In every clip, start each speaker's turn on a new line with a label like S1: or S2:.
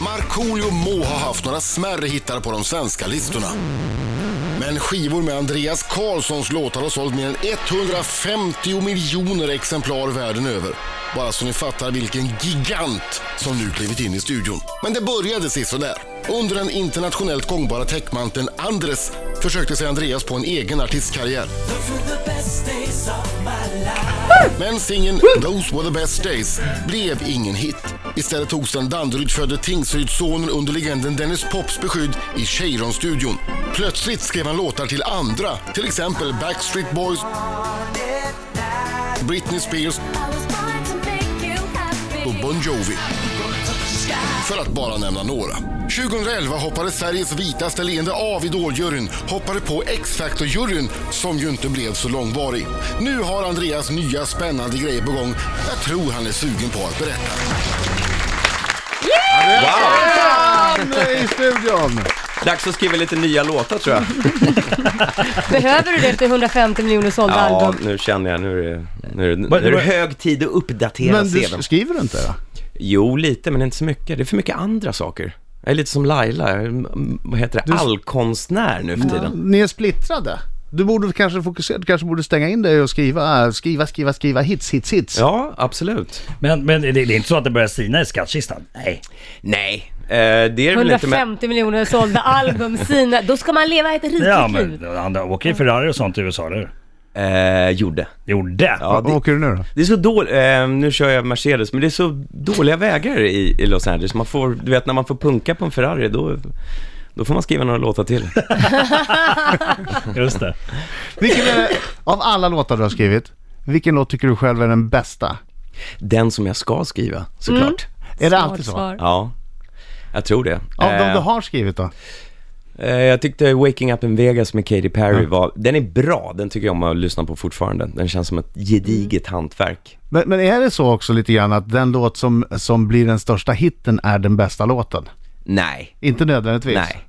S1: Markoolio må ha haft några smärre hittar på de svenska listorna. Men skivor med Andreas Karlssons låtar har sålt mer än 150 miljoner exemplar världen över. Bara så ni fattar vilken gigant som nu klivit in i studion. Men det började sisådär. Under den internationellt gångbara täckmanteln Andres försökte sig Andreas på en egen artistkarriär. Men singeln “Those were the best days” blev ingen hit. Istället togs den Danderyd-födde Tingsrydssonen under legenden Dennis Pops beskydd i Cheiron-studion. Plötsligt skrev han låtar till andra, till exempel Backstreet Boys, Britney Spears och Bon Jovi. För att bara nämna några. 2011 hoppade Sveriges vitaste leende av Idoljuryn, hoppade på X-Factor-juryn som ju inte blev så långvarig. Nu har Andreas nya spännande grejer på gång. Jag tror han är sugen på att berätta.
S2: Anne i studion!
S3: Dags att skriva lite nya låtar tror jag.
S2: Mm.
S4: Behöver du det efter 150 miljoner sålda
S3: Ja,
S4: album?
S3: nu känner jag, nu är det, nu är det, nu är det hög tid att uppdatera
S2: Men du
S3: CVn.
S2: sk- skriver du inte då?
S3: Jo, lite, men inte så mycket. Det är för mycket andra saker. Jag är lite som Laila, Jag är, mm, vad heter det, allkonstnär nu för tiden.
S2: Ni är splittrade. Du borde kanske fokusera, du kanske borde stänga in dig och skriva, äh, skriva, skriva, skriva hits, hits, hits.
S3: Ja, absolut.
S5: Men, men det, det är inte så att det börjar sina i skattkistan? Nej.
S3: Nej, eh, det är det väl inte, men
S4: 150 miljoner sålda album, sina. Då ska man leva ett riktigt
S5: Ja,
S4: liv.
S5: men han åker i Ferrari och sånt i USA, eller hur?
S3: eh, gjorde.
S5: Gjorde?
S3: Ja,
S2: Vad
S3: det,
S2: åker du nu då?
S3: det är så dåligt, eh, nu kör jag Mercedes, men det är så dåliga vägar i, i Los Angeles. Man får, du vet när man får punka på en Ferrari, då, då får man skriva några låtar till.
S5: Just det.
S2: Vilken är, av alla låtar du har skrivit, vilken låt tycker du själv är den bästa?
S3: Den som jag ska skriva, såklart.
S2: Är det
S4: Smart
S2: alltid så?
S4: svar.
S3: Ja, jag tror det.
S2: Mm. Av de
S3: Eh,
S2: du har skrivit då?
S3: Eh, Jag tyckte Waking Up in Vegas med Katy Perry var, den är bra, den tycker jag om att lyssna på fortfarande. Den känns som ett gediget hantverk.
S2: Men, men är det så också lite grann att den låt som, som blir den största hitten är den bästa låten?
S3: Nej,
S2: Inte nödvändigtvis.
S3: nej.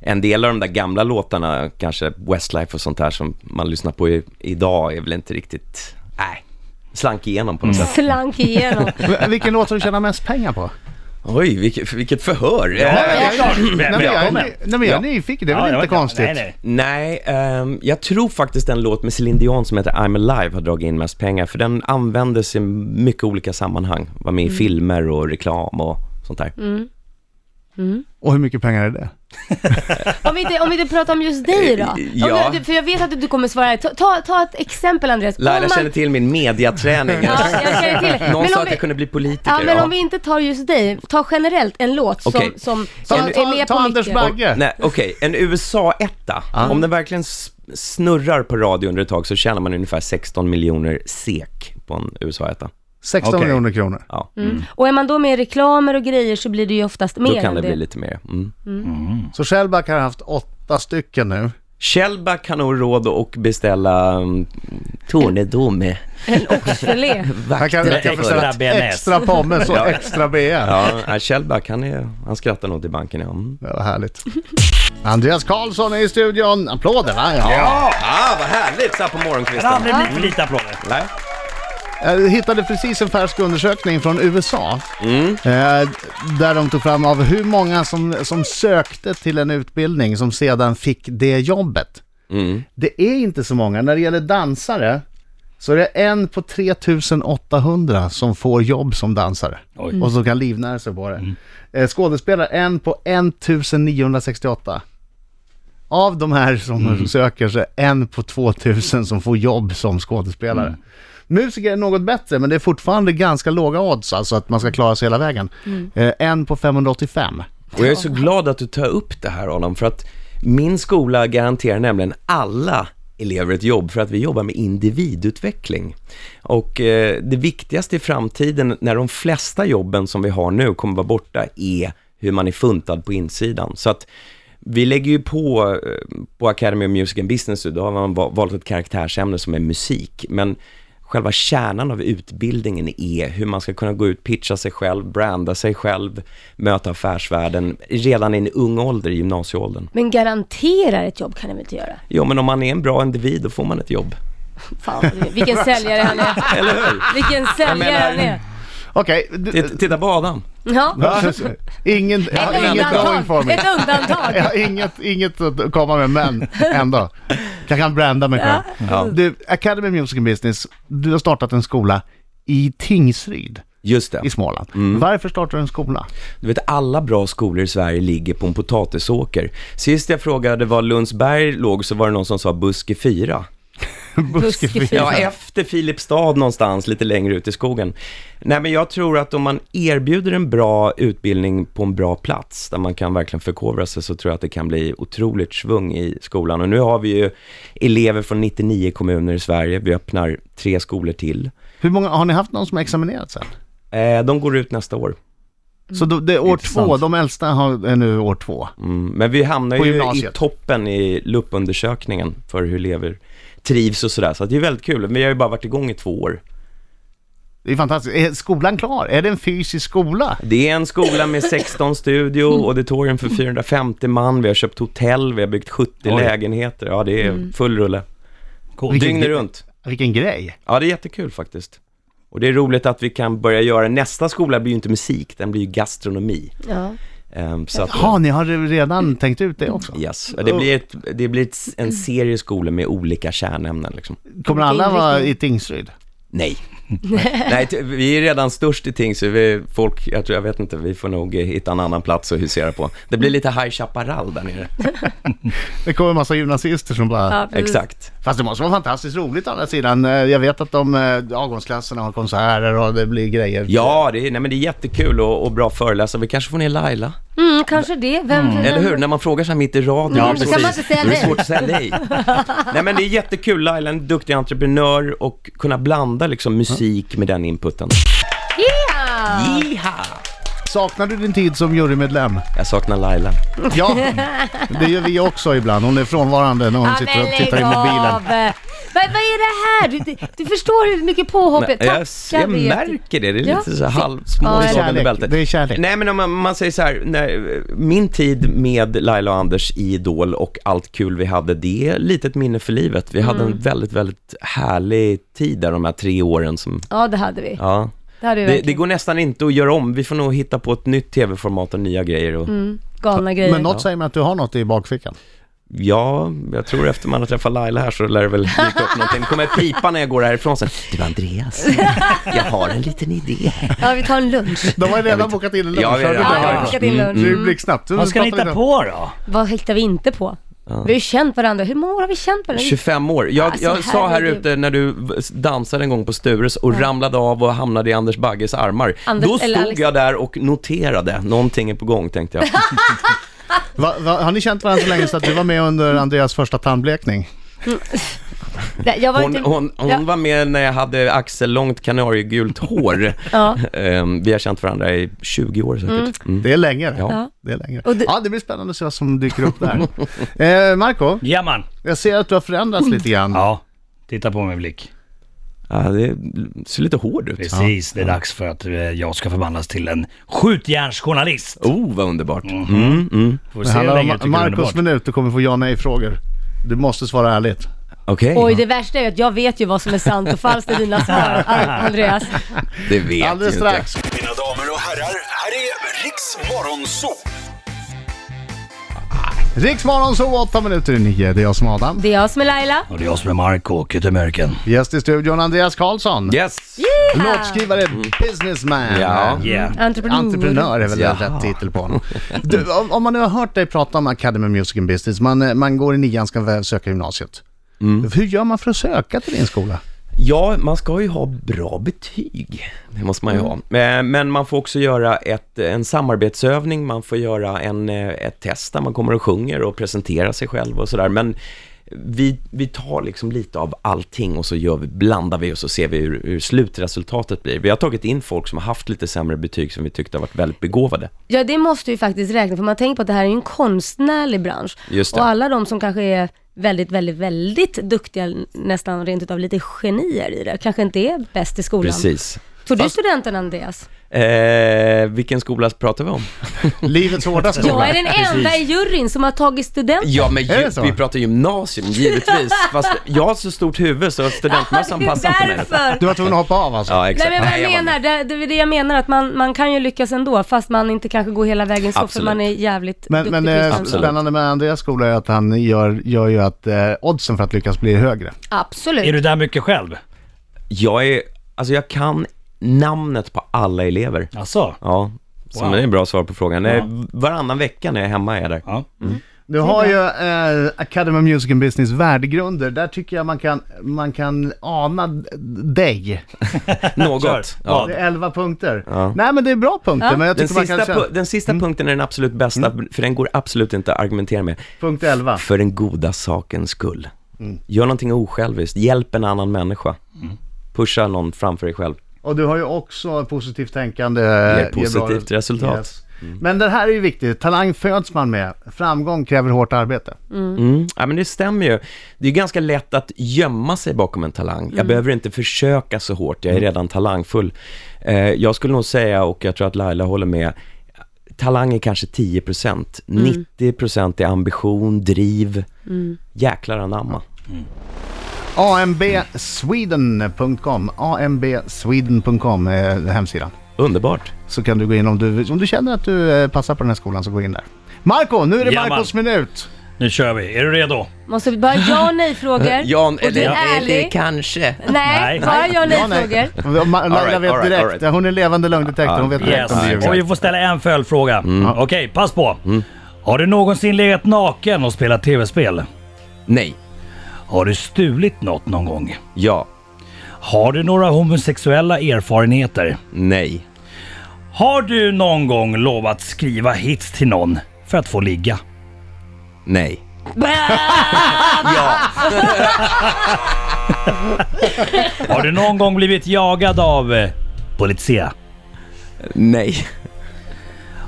S3: En del av de där gamla låtarna, kanske Westlife och sånt där som man lyssnar på i, idag är väl inte riktigt, nej, slank igenom på något
S4: Mm.
S3: sätt.
S4: Slank igenom.
S2: Men Vilken låt har du tjänat mest pengar på?
S3: Oj, vilket, vilket förhör!
S5: Ja,
S3: Eh,
S5: det är klart.
S2: Nej, men jag, är
S5: Välkommen.
S2: ny- nej, men jag är
S3: Ja.
S2: nyfiken, det är
S5: Ja,
S2: väl
S5: jag
S2: inte
S5: vet
S2: konstigt?
S5: Nej, nej.
S3: Nej, ehm, jag tror faktiskt den låt med Celine Dion som heter I'm Alive har dragit in mest pengar, för den användes i mycket olika sammanhang. Var med i filmer och reklam och sånt där.
S2: Och hur mycket pengar är det?
S4: Om vi, inte, om vi inte pratar om just dig då? Om
S3: Ja.
S4: du, för jag vet att du- du kommer svara. Ta, ta, ta ett exempel Andreas. Om
S3: Laila
S4: man-
S3: känner till min mediaträning.
S4: Ja, jag känner till det.
S3: Någon
S4: Men
S3: sa
S4: om
S3: att
S4: vi-
S3: jag kunde bli politiker.
S4: Ja, men om vi inte tar just dig, ta generellt en låt
S3: Okej.
S4: som, som,
S2: Ta,
S4: som
S2: ta,
S4: är
S2: ta,
S4: med på
S2: Anders
S4: mycket.
S2: Bagge!
S3: Nej, okej. En USA-etta. Om den verkligen s- snurrar på radio under ett tag så tjänar man ungefär 16 miljoner SEK på en USA-etta.
S2: 16
S5: Okej.
S2: miljoner kronor.
S3: Ja,
S4: Och är man då med i reklamer och grejer så blir det ju oftast mer
S3: då kan
S4: än
S3: det bli lite mer. Mm.
S2: Så Shellback har haft åtta stycken nu.
S3: Shellback har nog råd att beställa um, Tornedome.
S4: En oxfilé.
S2: Han kan,
S3: Vakter för-
S2: kan
S5: få ställa-
S2: beställa
S5: Extra BNS.
S2: extra pommes och extra BN. Ja.
S3: Ja, nej, Shellback, han, är, han skrattar nog till banken. Ja. Mm.
S2: Det var härligt. Andreas Karlsson är i studion. Applåder va? Ja.
S3: Ah, vad härligt så här på
S5: Det har
S3: morgonkvisten.
S5: aldrig blivit för lite applåder.
S3: Nej.
S2: Jag Eh, hittade precis en färsk undersökning från USA. Eh, där de tog fram av hur många som, som sökte till en utbildning som sedan fick det jobbet. Det är inte så många. När det gäller dansare så är det en på 3800 som får jobb som dansare.
S5: Oj.
S2: Och som kan livnära sig på det. Eh, skådespelare en på 1968. Av de här som
S4: Mm.
S2: söker så är en på 2000 som får jobb som skådespelare.
S4: Mm.
S2: Musiker är något bättre, men det är fortfarande ganska låga odds, alltså att man ska klara sig hela vägen. Eh, en på 585.
S3: Och jag är så glad att du tar upp det här Adam, för att min skola garanterar nämligen alla elever ett jobb för att vi jobbar med individutveckling. Och eh, det viktigaste i framtiden när de flesta jobben som vi har nu kommer vara borta är hur man är funtad på insidan. Så att vi lägger ju på, eh, på Academy of Music and Business, då har man va- valt ett karaktärsämne som är musik, men själva kärnan av utbildningen är hur man ska kunna gå ut, pitcha sig själv, branda sig själv, möta affärsvärlden redan i en ung ålder, i gymnasieåldern.
S4: Men garanterar ett jobb kan det väl inte göra?
S3: Jo, men om man är en bra individ, då får man ett jobb.
S4: Fan, vad du- vilken säljare han är.
S3: Eller hur?
S4: Vilken säljare
S3: Jag menar-
S4: han är.
S2: Okej, du-
S3: Titt- Titta på Adam.
S4: Ja.
S2: ingen, jag har
S4: Ett
S2: ingen bra
S4: undantag.
S2: informing.
S4: Ett undantag.
S2: Jag har inget, inget att komma med, men ändå. Jag kan branda mig själv.
S3: Ja.
S2: Du, Academy Music and Business, du har startat en skola i Tingsryd
S3: Just det.
S2: i Småland.
S4: Mm.
S2: Varför startar du en skola?
S3: Du vet, alla bra skolor i Sverige ligger på en potatisåker. Sist jag frågade var Lundsberg låg så var det någon som sa Buske 4.
S4: Buskefyra.
S3: Ja, efter Filipstad någonstans, lite längre ut i skogen. Nej, men jag tror att om man erbjuder en bra utbildning på en bra plats, där man kan verkligen förkovra sig, så tror jag att det kan bli otroligt svung i skolan. Och nu har vi ju elever från 99 kommuner i Sverige. Vi öppnar tre skolor till.
S2: Hur många, har ni haft någon som har examinerat sen?
S3: Eh, de går ut nästa år.
S2: Så då, det är år
S3: Mm. Intressant.
S2: två, de äldsta har, är nu år två.
S3: Mm, men vi hamnar
S2: På
S3: ju i
S2: gymnasiet.
S3: toppen i LUP-undersökningen för hur elever trivs och sådär. Så att det är väldigt kul. Vi har ju bara varit igång i två år.
S2: Det är fantastiskt. Är skolan klar? Är det en fysisk skola?
S3: Det är en skola med 16 studio, auditorium för 450 man, vi har köpt hotell, vi har byggt 70
S5: Oj.
S3: lägenheter. Ja, det är full rulle.
S5: Coolt.
S3: Dygnet runt.
S2: Vilken grej.
S3: Ja, det är jättekul faktiskt. Och det är roligt att vi kan börja göra, nästa skola blir ju inte musik, den blir ju gastronomi.
S4: Ja.
S3: Ehm, så att,
S2: Ja, ni har redan tänkt ut det också.
S3: yes. det blir, ett, det blir ett, en serie skolor med olika kärnämnen liksom.
S2: Kommer alla vara i Tingsryd?
S3: Nej. Nej, t- vi är redan störst i ting, så vi, folk, jag tror, jag vet inte, vi får nog eh, hitta en annan plats att husera på. Det blir lite High Chaparral där nere.
S2: Det kommer en massa gymnasister som bara...
S4: Ja, precis.
S3: Exakt.
S2: Fast det måste vara fantastiskt roligt å andra sidan. Eh, Jag vet att de eh, avgångsklasserna har konserter och det blir grejer.
S3: Ja, det är, nej, men det är jättekul och, och bra föreläsare. Vi kanske får ner Laila.
S4: Mm, kanske det. Vem, vem?
S3: Eller hur? När man frågar sig mitt i radion.
S5: Ja,
S3: då är det
S5: precis.
S3: svårt-
S5: Kan man
S4: inte säga
S3: då är det
S4: nej?
S3: svårt att säga nej. nej, men det är jättekul. Laila är en duktig entreprenör och kunna blanda liksom, musik med den inputen.
S4: Yeah!
S3: Jiha!
S2: Saknar du din tid som jurymedlem?
S3: Jag saknar Laila.
S2: Ja, det gör vi också ibland. Hon är frånvarande när hon
S4: Ja,
S2: sitter
S4: men
S2: och tittar i
S4: lägg
S2: mobilen.
S4: av. Vad, vad är det här? Du, du, du förstår hur mycket påhopp
S3: Nej,
S4: jag
S3: jag,
S4: tackar.
S3: jag
S4: vet.
S3: märker det. Det är
S4: Ja.
S3: lite så här
S4: Ja,
S3: halvsmål
S4: det är
S3: i
S2: Kärlek.
S3: bältet.
S2: Det är kärlek.
S3: Nej men om man, man säger så här, när, min tid med Laila och Anders i Idol och allt kul vi hade, det är lite ett minne för livet. Vi hade en väldigt, väldigt härlig tid där de här tre åren som,
S4: Ja, det hade vi.
S3: ja.
S4: Det hade vi
S3: Det, det
S4: verkligen.
S3: går nästan inte att göra om, vi får nog hitta på ett nytt tv-format och nya grejer och,
S4: Galna grejer.
S2: Men något säger mig att du har något i bakfickan.
S3: ja, jag tror efter man har träffat Laila här så lär det väl dyka upp någonting. Det kommer pipa när jag går härifrån sen. Det var Andreas, jag har en liten idé här.
S4: Ja, vi tar en lunch.
S2: De har ju redan bokat in en lunch.
S3: Ja, vi har redan
S4: Ja, jag har
S3: ja.
S4: bokat in lunch. Mm.
S2: Det
S3: mm.
S2: blir blixtsnabbt.
S5: Vad ska ni hitta på då?
S4: Vad hittar vi inte på? Vi har ju känt varandra. Hur många år har vi känt varandra?
S3: 25 år. Jag,
S4: Alltså,
S3: jag sa här
S4: herregud.
S3: ute när du v- dansade en gång på Stures och ramlade av och hamnade i Anders Bagges armar.
S4: Anders-
S3: Då
S4: eller
S3: stod
S4: Alex-
S3: jag där och noterade, någonting är på gång tänkte jag.
S2: Va, va, har ni känt varandra så länge så att du var med under Andreas första tandblekning?
S4: Nej, jag var
S3: Hon,
S4: inte...
S3: hon, hon
S4: Ja.
S3: var med när jag hade axellångt kanariegult hår.
S4: Ja.
S3: Ehm, Vi har känt varandra i 20 år säkert. Mm.
S2: Det är längre.
S3: Ja.
S2: Det är längre.
S4: Och det-
S2: Ja, det blir spännande att se vad som dyker upp där. eh, Marco,
S5: Ja, man.
S2: jag ser att du har förändrats lite grann.
S5: Ja, titta på min blick.
S3: Ja, det ser lite hård ut.
S5: Precis, det är dags för att eh, jag ska förvandlas till en skjutjärnsjournalist.
S3: Oh, vad underbart.
S2: Mm.
S5: Får
S2: Det
S5: se hur
S2: handlar om
S5: länge du
S2: Ma-
S5: tycker det är underbart.
S2: Marcos minut, du kommer få ja nej-frågor. Du måste svara ärligt.
S3: Okej,
S4: Oj, det värsta är ju att jag vet ju vad som är sant och falskt i dina svar, Andreas.
S3: det vet jag
S2: Alldeles
S3: inte.
S2: strax.
S6: Mina damer och herrar, här är Riks Morgonzoo!
S2: Riksmorgon så åtta minuter i nio. Det är jag som är Adam.
S4: Det är jag som är Laila.
S5: Och det är jag som är Marco, Kuttemörken.
S2: Gäst i studion, Andreas Karlsson.
S3: Yes.
S2: Låtskrivare, businessman.
S3: Ja.
S5: Yeah.
S4: Entreprenör.
S2: Entreprenör är väl
S3: Jaha.
S2: rätt titel på honom. Du, om, om man nu har hört dig prata om Academy Music and Business, man, eh, man går i nian, ska väl söka gymnasiet. Hur gör man för att söka till din skola?
S3: Ja, man ska ju ha bra betyg. Det måste man ju ha. Eh, Men man får också göra ett, en samarbetsövning, man får göra en, eh, ett test där man kommer och sjunger och presenterar sig själv och sådär. Men vi, vi tar liksom lite av allting och så gör vi, blandar vi och så ser vi hur, hur slutresultatet blir. Vi har tagit in folk som har haft lite sämre betyg som vi tyckte har varit väldigt begåvade.
S4: Ja, det måste ju faktiskt räkna, för man tänker på att det här är ju en konstnärlig bransch.
S3: Just det.
S4: Och alla de som kanske är väldigt, väldigt, väldigt duktiga, nästan rent utav lite genier i det, kanske inte är bäst i skolan.
S3: Precis.
S4: Tog du studenten Andreas?
S3: Eh, vilken skola pratar vi om?
S2: Livets hårda skola.
S4: Jag är den enda i juryn som har tagit studenten.
S3: Ja, men
S2: Är
S3: ju,
S2: det så?
S3: vi pratar gymnasium, givetvis. Fast jag har så stort huvud så studentmössan
S4: det är
S3: passar inte mig.
S4: därför.
S2: Du var tvungen att hoppa av alltså?
S3: Ja, exakt.
S4: Nej men vad jag
S3: var med.
S4: menar, det, det är det jag menar att man, man kan ju lyckas ändå fast man inte kanske går hela vägen så
S3: Absolut.
S4: för man är jävligt
S2: Men,
S4: duktig
S2: men
S4: på
S2: eh,
S4: just den.
S3: Absolut.
S2: spännande med Andreas skola är att han gör, gör ju att eh, oddsen för att lyckas blir högre.
S5: Är
S4: Absolut.
S5: du där mycket själv?
S3: Jag är, alltså jag kan namnet på alla elever.
S5: Alltså.
S3: Ja, som
S5: Wow.
S3: är ett bra svar på frågan. Nej,
S5: Ja.
S3: Varannan vecka när jag är hemma är jag där.
S5: Ja.
S2: Du har ju eh, Academy of Music and Business värdegrunder. Där tycker jag man kan, man kan ana d- dig.
S5: Kör.
S3: Något. Ja.
S5: Vad?
S2: Det är 11 punkter.
S3: Ja.
S2: Nej men det är bra punkter,
S4: Ja.
S2: men jag
S3: Den
S2: tycker man
S3: sista,
S2: kan känna...
S3: pu- den sista punkten är den absolut bästa, för den går absolut inte att argumentera med.
S2: Punkt 11.
S3: För den goda sakens skull. Gör någonting osjälviskt, hjälp en annan människa. Pusha någon framför dig själv.
S2: Och du har ju också positivt tänkande. eh,
S3: Ger
S2: Ger
S3: positivt
S2: bra-
S3: resultat. Mm.
S2: Yes. Men det här är ju viktigt. Talang föds man med. Framgång kräver hårt arbete.
S3: Mm. Ja, men det stämmer ju. Det är ju ganska lätt att gömma sig bakom en talang.
S4: Mm.
S3: Jag behöver inte försöka så hårt, jag är redan talangfull. Eh, jag skulle nog säga, och jag tror att Laila håller med, talang är kanske 10%.
S4: Mm.
S3: 90% är ambition, driv, jäklar anamma.
S2: ambsweden.com ambsweden.com är hemsidan.
S3: Underbart.
S2: Så kan du gå in om du, om du känner att du eh, passar på den här skolan så gå in där. Marco, nu är det
S5: Ja, man.
S2: Marcos minut.
S5: Nu kör vi. Är du redo?
S4: Måste vi bara ja och nej frågor.
S3: Jan,
S4: och du är ärlig.
S3: kanske.
S4: Nej,
S5: Nej.
S4: bara ja och nej
S2: Ja, nej.
S4: frågor.
S2: Ma- Laila
S3: right, all
S2: vet
S3: right,
S2: direkt.
S3: all right. Ah,
S2: Hon är levande lögndetektor. Hon vet direkt
S5: Yes.
S2: om det är Mm.
S5: Och vi
S2: ljugare.
S5: får ställa en följdfråga. Okej, pass på. Har du någonsin legat naken och spelat tv-spel?
S3: Nej.
S5: Har du stulit något någon gång?
S3: Ja.
S5: Har du några homosexuella erfarenheter?
S3: Nej.
S5: Har du någon gång lovat skriva hits till någon för att få ligga?
S3: Nej.
S5: Har du någon gång blivit jagad av eh, polizia?
S3: Nej.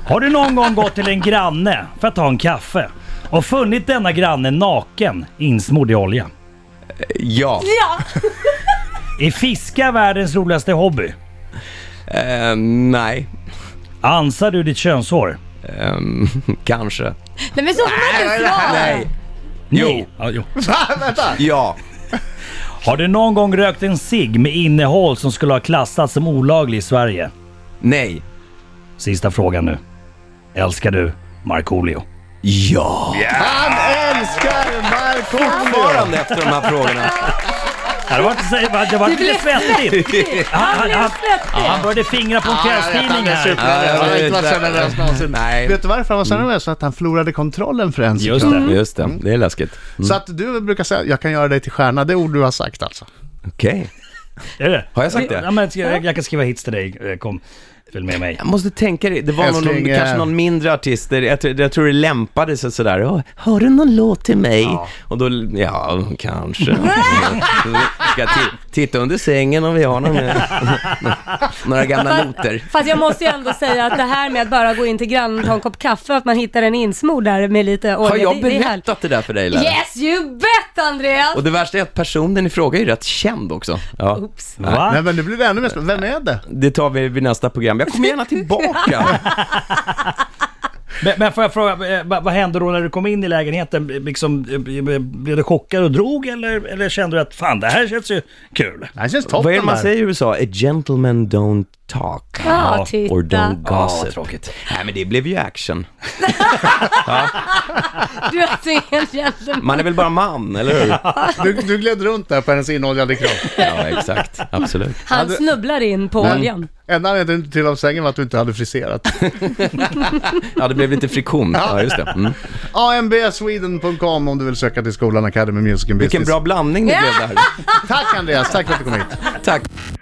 S5: Har du någon gång gått till en granne för att ta en kaffe och funnit denna granne naken insmord i olja?
S3: Ja.
S4: Ja,
S5: Är fiska världens roligaste hobby?
S3: Eh, nej.
S5: Ansar du ditt könshår?
S3: Ehm, kanske.
S4: nej men så får man inte svara.
S3: Nej. Jo.
S5: Nej. Ja, jo.
S3: Ja.
S5: Har du någon gång rökt en cigg med innehåll som skulle ha klassats som olaglig i Sverige?
S3: Nej.
S5: Sista frågan nu. Älskar du Markoolio?
S3: Ja.
S2: Han älskar Marco!
S3: Fortfarande efter de här frågorna.
S5: Det var, inte- det var
S4: Du
S5: lite
S4: blev
S5: svettigt. Han, han,
S4: blev
S5: han,
S4: svettig.
S5: han började fingra på en kvällstidning här.
S3: Ja,
S2: har inte varit så nervös någonsin.
S3: Nej.
S2: Vet Mm. du varför han var så nervös? För att han förlorade kontrollen för en sekund.
S5: Just det.
S3: Just det, det är läskigt.
S2: Så att du brukar säga, jag kan göra dig till stjärna. Det är ord du har sagt alltså.
S3: Okej.
S5: Är det?
S3: Har jag sagt det?
S5: Ja, men jag, jag kan skriva hits till dig. Eh, Kom, följ med mig.
S3: Jag måste tänka, det det var någon,
S2: Älskling, eh,
S3: kanske någon mindre artist, där jag, tror- jag tror det lämpade sig sådär, "Åh, har du någon låt till mig? Och då, ja, kanske. Ska jag ti- titta under sängen om vi har någon, några gamla noter.
S4: Fast jag måste ju ändå säga att det här med att bara gå in till grannen och ta en kopp kaffe och att man hittar en insmord där med lite olja.
S3: Har jag
S4: det- det är härligt.
S3: berättat det där för dig Laila?
S4: Yes you bet Andreas!
S3: Och det värsta är att personen i fråga är ju rätt känd också. Ja.
S4: Oops.
S2: Nej
S5: Va?
S2: men nu blir det ännu mer spännande. Vem är det?
S3: Det tar vi vid nästa program. Jag kommer gärna tillbaka.
S5: Men, men får jag fråga, eh, vad, vad hände då när du kom in i lägenheten? B- Liksom, eh, blev du chockad och drog eller, eller kände du att fan det här känns ju kul?
S2: Han känns toppen
S3: Vad är det man
S2: där.
S3: säger i USA? A gentleman don't talk.
S4: Ja,
S3: Or
S4: titta.
S3: don't
S5: Ja,
S3: gossip.
S5: tråkigt.
S3: Nej men det blev ju action.
S4: Du är alltså en gentleman.
S3: Man är väl bara man, eller hur?
S2: Du, du gled runt där på hennes inoljade kropp.
S3: Ja, exakt. Absolut.
S4: Han snubblar in på oljan.
S2: Enda anledningen du inte till av sängen var att du inte hade friserat.
S3: Ja, det blev lite friktion. Ja, just det. Mm.
S2: ambsweden.com om du vill söka till skolan Academy Music and Business.
S3: Vilken bra blandning det blev där.
S2: Tack Andreas, tack för att du kom hit.
S3: Tack.